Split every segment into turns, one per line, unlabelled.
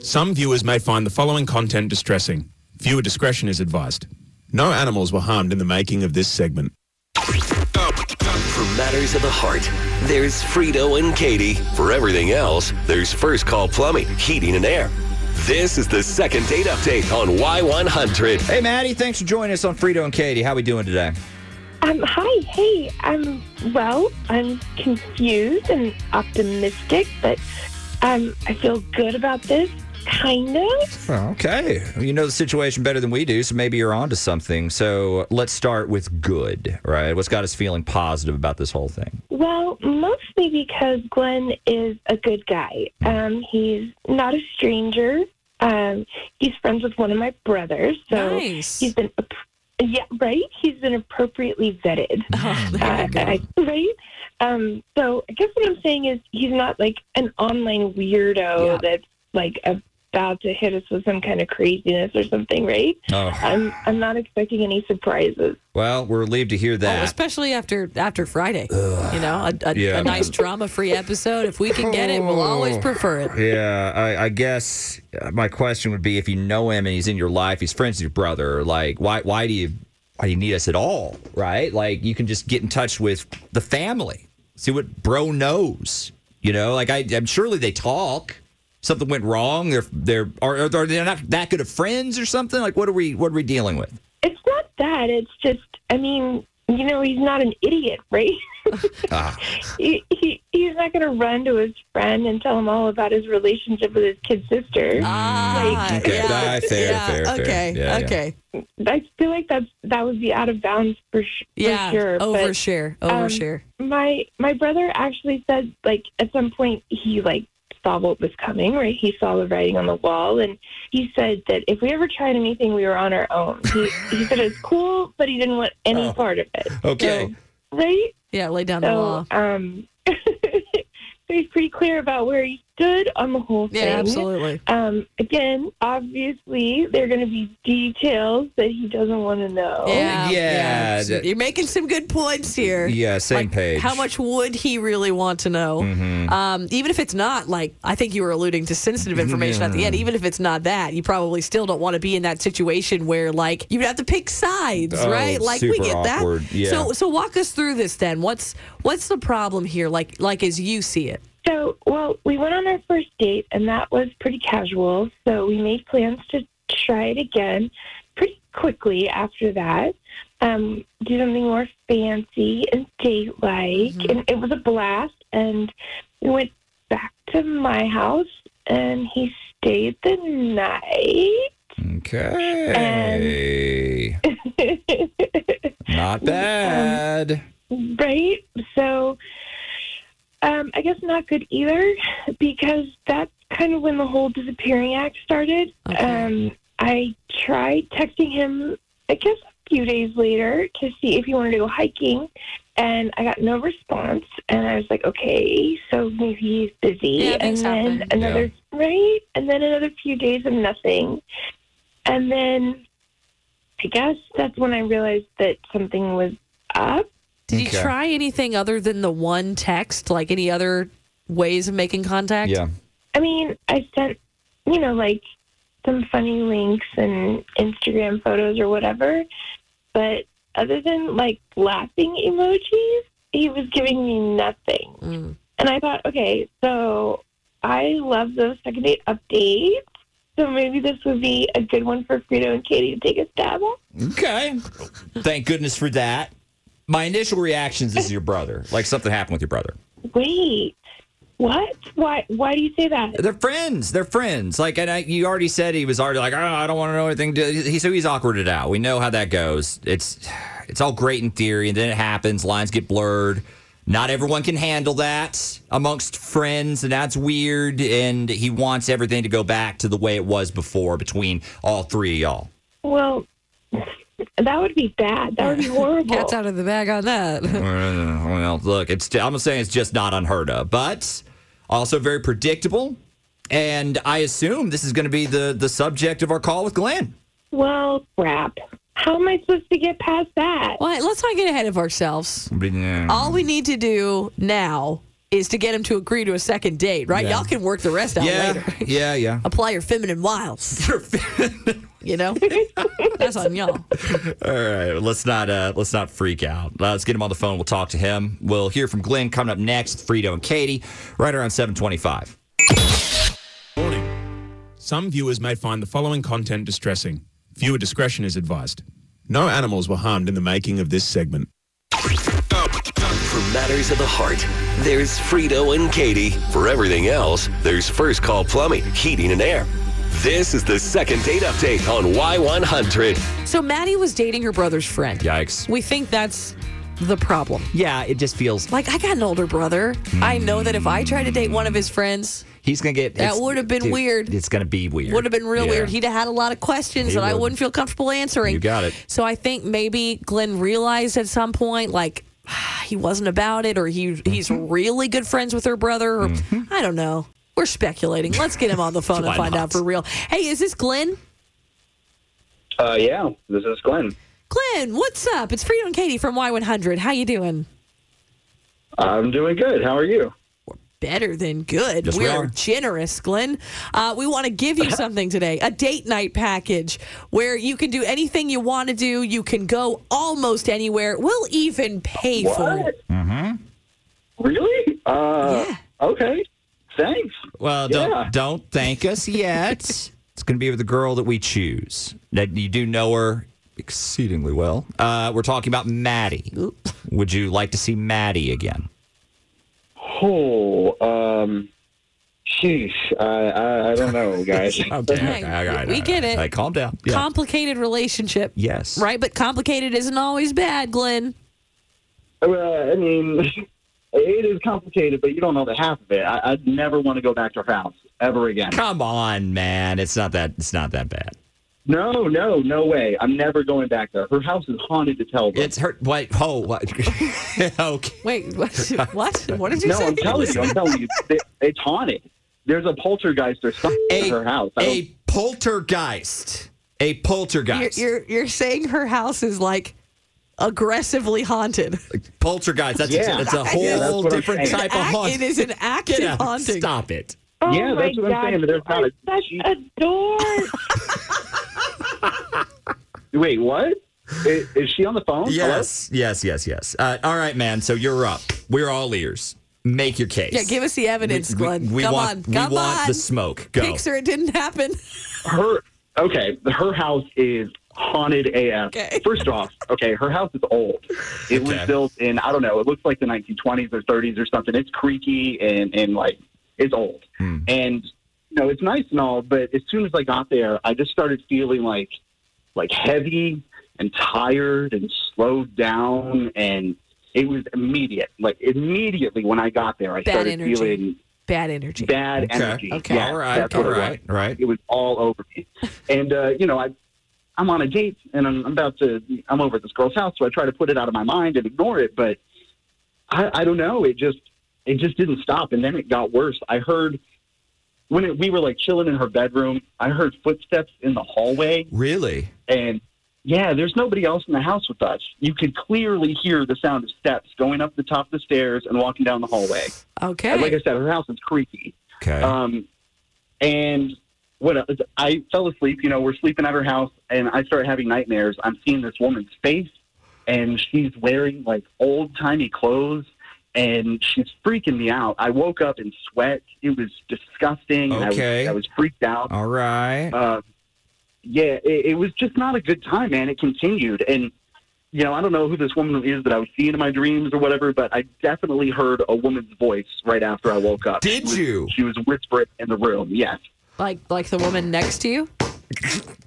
Some viewers may find the following content distressing. Viewer discretion is advised. No animals were harmed in the making of this segment.
For matters of the heart, there's Frito and Katie. For everything else, there's First Call Plumbing, Heating and Air. This is the second date update on Y100.
Hey, Maddie, thanks for joining us on Frito and Katie. How we doing today?
Um, hi, hey, I'm well, I'm confused and optimistic, but um, I feel good about this, kind of.
Okay. You know the situation better than we do, so maybe you're onto something. So let's start with good, right? What's got us feeling positive about this whole thing?
Well, mostly because Glenn is a good guy. Um, he's not a stranger. Um, he's friends with one of my brothers, so
Nice.
he's been, app- yeah, right? He's been appropriately vetted.
Oh, there
Uh,
you go.
I, right? Um, so I guess what I'm saying is he's not like an online weirdo
Yeah.
that's like about to hit us with some kind of craziness or something, right?
Oh,
I'm I'm not expecting any surprises.
well, we're relieved to hear
Oh,
that.
especially after after Friday, you know, a, a,
Yeah. Oh.
a nice drama-free episode. If we can get it, we'll always prefer it.
yeah, I, I guess uh, my question would be if you know him and he's in your life, he's friends with your brother, like, why, why do you. Why do you need us at all, right? Like you can just get in touch with the family, see what bro knows. You know, like I, I'm surely they talk. Something went wrong. They're they're are, are they not that good of friends or something? Like what are we what are we dealing with?
It's not that. It's just I mean, you know, he's not an idiot, right?
Ah.
he, he he's not going to run to his friend and tell him all about his relationship with his kid sister.
Ah,
Okay. Ah, fair,
yeah,
fair, fair.
okay,
Yeah, yeah.
okay,
I feel like that's that would be out of bounds for, sh-
yeah. oh,
for sure. but- um,
overshare, overshare.
my my brother actually said like at some point he like saw what was coming right he saw the writing on the wall and he said that if we ever tried anything we were on our own he, he said it's cool but he didn't want any
Oh.
part of it
Okay.
so, right
yeah, lay down the law.
so um so he's pretty clear about where he stood on the whole
Yeah,
thing
absolutely.
um again obviously there are going to be details that he doesn't want to know
Yeah,
yeah,
So
that-
You're making some good points here.
Yeah, same
Like,
page. Mm-hmm.
How much would he really want to know? Um, even if it's not like I think you were alluding to sensitive information at the end. Even if it's not that, you probably still don't want to be in that situation where like you'd have to pick sides,
Oh,
right? Like we
super
get
awkward.
that.
Yeah.
So so walk us through this then. What's what's the problem here? Like like as you see it.
So, well, we went on our first date, and that was pretty casual. So we made plans to try it again pretty quickly after that. Um, do something more fancy and date like, and it was a blast. And we went back to my house, and he stayed the night.
Okay. Not bad.
Right. So um, I guess not good either because that's kind of when the whole disappearing act started.
Okay.
Um, I tried texting him, I guess, a few days later to see if he wanted to go hiking. And I got no response. And I was like, okay, so maybe he's busy.
Yeah,
and
things
then
happen.
another, right? And then another few days of nothing. And then I guess that's when I realized that something was up.
Did you
Okay.
try anything other than the one text? Like any other ways of making contact?
Yeah.
I mean, I sent, you know, like some funny links and Instagram photos or whatever. But other than like laughing emojis, he was giving me nothing.
Mm.
And I thought, okay, so I love those second date updates. So maybe this would be a good one for Frito and Katie to take a stab at.
Okay. Thank goodness for that. My initial reactions is your brother. Like something happened with your brother.
Wait, what? Why? Why do you say that?
They're friends. They're friends. Like, and I, you already said he was already like, oh, I don't want to know anything. He so he's awkwarded out. We know how that goes. It's, it's all great in theory, and then it happens. Lines get blurred. Not everyone can handle that amongst friends, and that's weird. And he wants everything to go back to the way it was before between all three of y'all.
Well, that would be bad. That would be horrible.
Cat's out of the bag on that.
Uh, Well, look, it's I'm not saying it's just not unheard of, but also very predictable. And I assume this is going to be the the subject of our call with Glenn.
well, crap. How am I supposed to get past that?
Well, let's not get ahead of ourselves. All we need to do now is to get him to agree to a second date, right? Y'all can work the rest out
yeah,
later.
yeah, yeah.
Apply your feminine wiles, you know? That's on y'all.
All right, let's not uh, let's not freak out. Uh, let's get him on the phone. We'll talk to him. We'll hear from Glenn coming up next. Frito and Katie, right around seven twenty-five.
Warning. Some viewers may find the following content distressing. Viewer discretion is advised. No animals were harmed in the making of this segment.
For matters of the heart, there's Frito and Katie. For everything else, there's First Call Plumbing, Heating and Air. This is the second date update on Y100.
So Maddie was dating her brother's friend.
Yikes.
We think that's the problem.
Yeah, it just feels
Like, I got an older brother. I know that if I tried to date one of his friends,
he's gonna get
That
it's-
would've been
dude,
weird.
It's gonna be weird.
would have been real
Yeah.
weird. He'd have had a lot of questions
He
that I
would.
wouldn't feel comfortable answering.
You got it.
So I think maybe Glenn realized at some point, like, he wasn't about it, or he he's
Mm-hmm.
really good friends with her brother, or I don't know. We're speculating. Let's get him on the phone and
Why
find
not?
out for real. Hey, is this Glenn?
Uh, yeah, this is Glenn.
Glenn, what's up? It's Fredo and Katie from Y100. How you doing?
I'm doing good. How are you?
Better than good.
Yes, we are.
generous, Glenn. Uh, we want to give you something today a date night package where you can do anything you want to do. You can go almost anywhere. We'll even pay for it.
Really? Uh,
Yeah.
Okay. Thanks.
Well, don't
Yeah.
don't thank us yet. it's going to be with the girl that we choose. That you do know her exceedingly well. Uh, we're talking about Maddie. Would you like to see Maddie again?
Oh, um, sheesh. I, I, I don't know, guys.
Hey, we get it.
All right, calm down. Yeah.
Complicated relationship.
yes.
Right? But complicated isn't always bad, Glenn.
well, I mean, it is complicated, but you don't know the half of it. I, I'd never want to go back to her house ever again.
Come on, man. It's not that. It's not that bad.
No, no, no way. I'm never going back there. Her house is haunted to tell. them.
It's her. Wait. Oh. What? okay.
Wait, what? what? What did you
no,
say?
I'm telling you. I'm telling you. It, it's haunted. There's a poltergeist or something
A,
in her house. I don't-
a poltergeist. A
You're,
poltergeist.
you're, you're saying her house is like aggressively haunted.
poltergeist. That's,
Yeah.
a, that's a
Yeah,
whole
that's what I'm
different
saying.
type of haunt.
It is an active
Get out.
haunting.
Stop it.
Oh
Yeah, that's
my
what I'm
God,
saying, but there's
you
not a-
are such a dork.
Wait, what? Is, is she on the phone?
Yes, yes, yes, yes. Uh, all right, man. So you're up. We're all ears. Make your case.
Yeah, give us the evidence,
We-
Glenn.
We, we
Come
want,
on.
we
Come
want
on.
the smoke. Go.
Picture it didn't happen.
Hello? Her okay, her house is haunted AF.
Okay.
First off, okay, her house is old.
Okay.
It was built in I don't know, it looks like the 1920s or 30s or something. It's creaky and and like it's old.
Hmm.
And you know, it's nice and all, but as soon as I got there, I just started feeling like like heavy and tired and slowed down and it was immediate. Like immediately when I got there, I
Bad
started
energy.
feeling
Bad energy.
bad
Okay.
energy.
Okay.
Yeah,
All right.
that's
All
what it was.
right. All right.
It was all over me. And uh, you know, I I'm on a date and I'm, I'm about to I'm over at this girl's house, so I try to put it out of my mind and ignore it, but I, I don't know. It just it just didn't stop, and then it got worse. I heard when it, we were like chilling in her bedroom, I heard footsteps in the hallway,
Really?
and yeah, there's nobody else in the house with us. You could clearly hear the sound of steps going up the top of the stairs and walking down the hallway.
Okay.
And like I said, her house is creaky.
Okay.
Um, and what else? I fell asleep. You know, we're sleeping at her house, and I start having nightmares. I'm seeing this woman's face, and she's wearing like old timey clothes, and she's freaking me out. I woke up in sweat. It was disgusting. and
Okay.
I was, I was freaked out.
all right.
Uh, yeah, it, it was just not a good time, man. It continued, and you know, I don't know who this woman is that I was seeing in my dreams or whatever, but I definitely heard a woman's voice right after I woke up.
Did
She was-
you?
She was whispering in the room. Yes.
like like the woman next to you?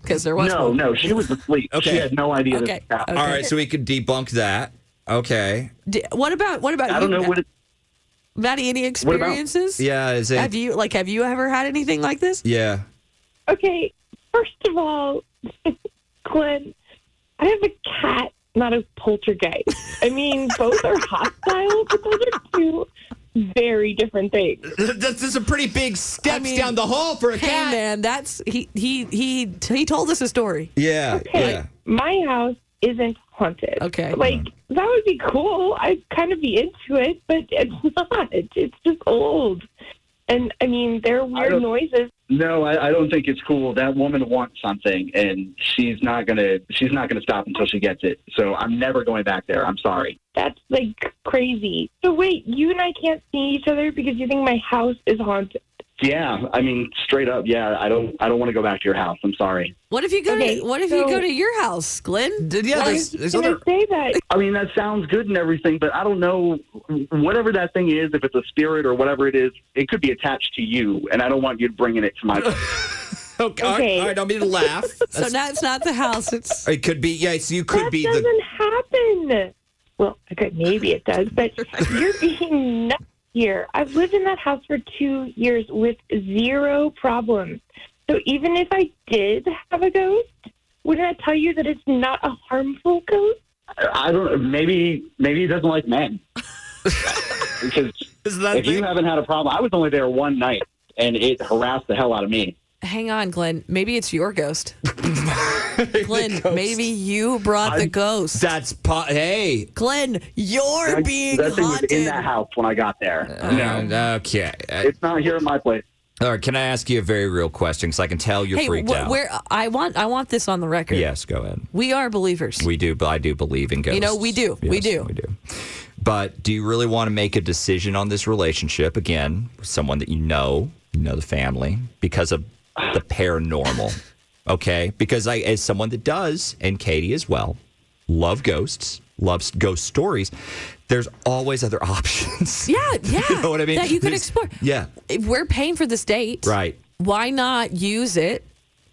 Because there was
no,
one.
no, she was asleep.
Okay.
She had no idea
Okay.
this happened.
all right. So we could debunk that. Okay.
D- what about what about
I don't
you,
know
Ma-
what it,
Maddie? Any
about-
experiences?
Yeah. Is it?
Have you like have you ever had anything like this?
yeah.
Okay, first of all, Glenn, I have a cat, not a poltergeist. I mean, both are hostile, but those are two very different things.
This is a pretty big steps
I mean,
down the hall for a
Hey
cat.
man, that's he he he he told us a story.
Yeah.
Okay,
Yeah.
my house isn't haunted.
Okay.
Like, that would be cool. I'd kind of be into it, but it's not. It's just old. And I mean, there are weird
don't-
noises.
no, I, I don't think it's cool. That woman wants something, and she's not gonna she's not gonna stop until she gets it. So I'm never going back there. I'm sorry.
That's like crazy. So, wait, you and I can't see each other because you think my house is haunted.
Yeah, I mean straight up. Yeah, I don't I don't want to go back to your house. I'm sorry.
What if you go
Okay,
to what if you
so-
go to your house, Glenn?
Did- yeah,
I
there's,
was
there's
just
other.
gonna say that
I mean, that sounds good and everything, but I don't know whatever that thing is, if it's a spirit or whatever it is, it could be attached to you, and I don't want you bringing it to my.
Okay. All right.
Okay.
All right. Don't mean to laugh.
So now it's not the house. It's
it could be. Yeah. So you could
that
be
doesn't
the.
happen. Well, okay, maybe it does, but you're being nuts here. I've lived in that house for two years with zero problems. So even if I did have a ghost, wouldn't I tell you that it's not a harmful ghost?
I don't know. Maybe maybe he doesn't like men. because
Is that
if you haven't had a problem, I was only there one night, and it harassed the hell out of me.
hang on, Glenn. Maybe it's your ghost. Glenn, maybe you brought the ghost.
That's po- hey.
Glenn, you're
That-
being
that thing was
haunted.
in that house when I got there. no,
Uh, okay. Uh,
it's not here at my place.
all right. Can I ask you a very real question? Because I can tell you're
hey,
freaked
wh-
out.
where I want I want this on the record.
yes. Go ahead.
We are believers.
We do, but I do believe in ghosts.
You know, we do. We do.
We do. But do you really want to make a decision on this relationship again with someone that you know, you know the family, because of the paranormal? Okay, because I, as someone that does, and Katie as well, love ghosts, loves ghost stories. There's always other options.
yeah, yeah.
you know what I mean.
That you could
There's-
explore.
Yeah,
If we're paying for this date.
right.
Why not use it?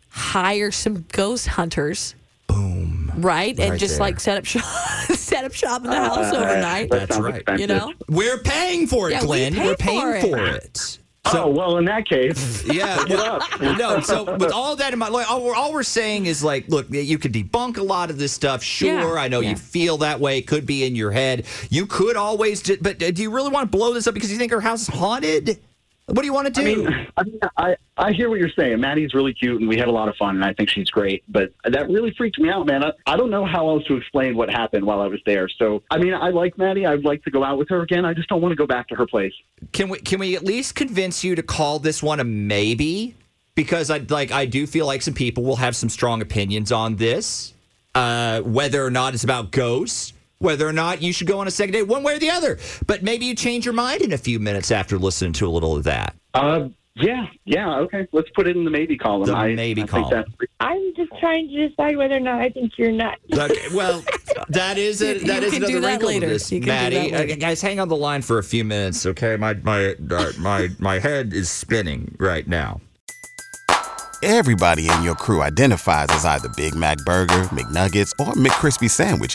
Hire some ghost hunters. Boom. Right? and
Right
just
there. Ah,
like set up shop set up shop in the house overnight.
That
That's
sounds
right.
expensive.
you know?
We're paying for it,
Yeah, we
Glenn.
pay
are paying
for it.
for it.
oh well, in that case,
Yeah. well,
up.
no. So with all that in mind, like, all, we're, all we're saying is like, look, you could debunk a lot of this stuff. Sure,
Yeah,
I know
yeah.
you feel that way. It could be in your head. You could always, ju- but uh, do you really want to blow this up because you think her house is haunted? What do you want to
I
do?
mean, I, mean I, I hear what you're saying. Maddie's really cute, and we had a lot of fun, and I think she's great. But that really freaked me out, man. I, I don't know how else to explain what happened while I was there. So, I mean, I like Maddie. I'd like to go out with her again. I just don't want to go back to her place.
can we can we at least convince you to call this one a maybe? Because I like I do feel like some people will have some strong opinions on this, uh, whether or not it's about ghosts, whether or not you should go on a second date, one way or the other. But maybe you change your mind in a few minutes after listening to a little of that.
Uh, yeah, yeah, okay. Let's put it in the maybe column.
The
I,
maybe
I
column.
Think that's,
I'm just trying to decide whether or not I think you're nuts.
Okay, well, that is a,
You
that is
can do
another
that
wrinkle
later.
to this,
You can do
Maddie.
that later.
Uh, guys, hang on the line for a few minutes, okay? My my uh, my my head is spinning right now.
Everybody in your crew identifies as either Big Mac Burger, McNuggets, or McCrispy Sandwich.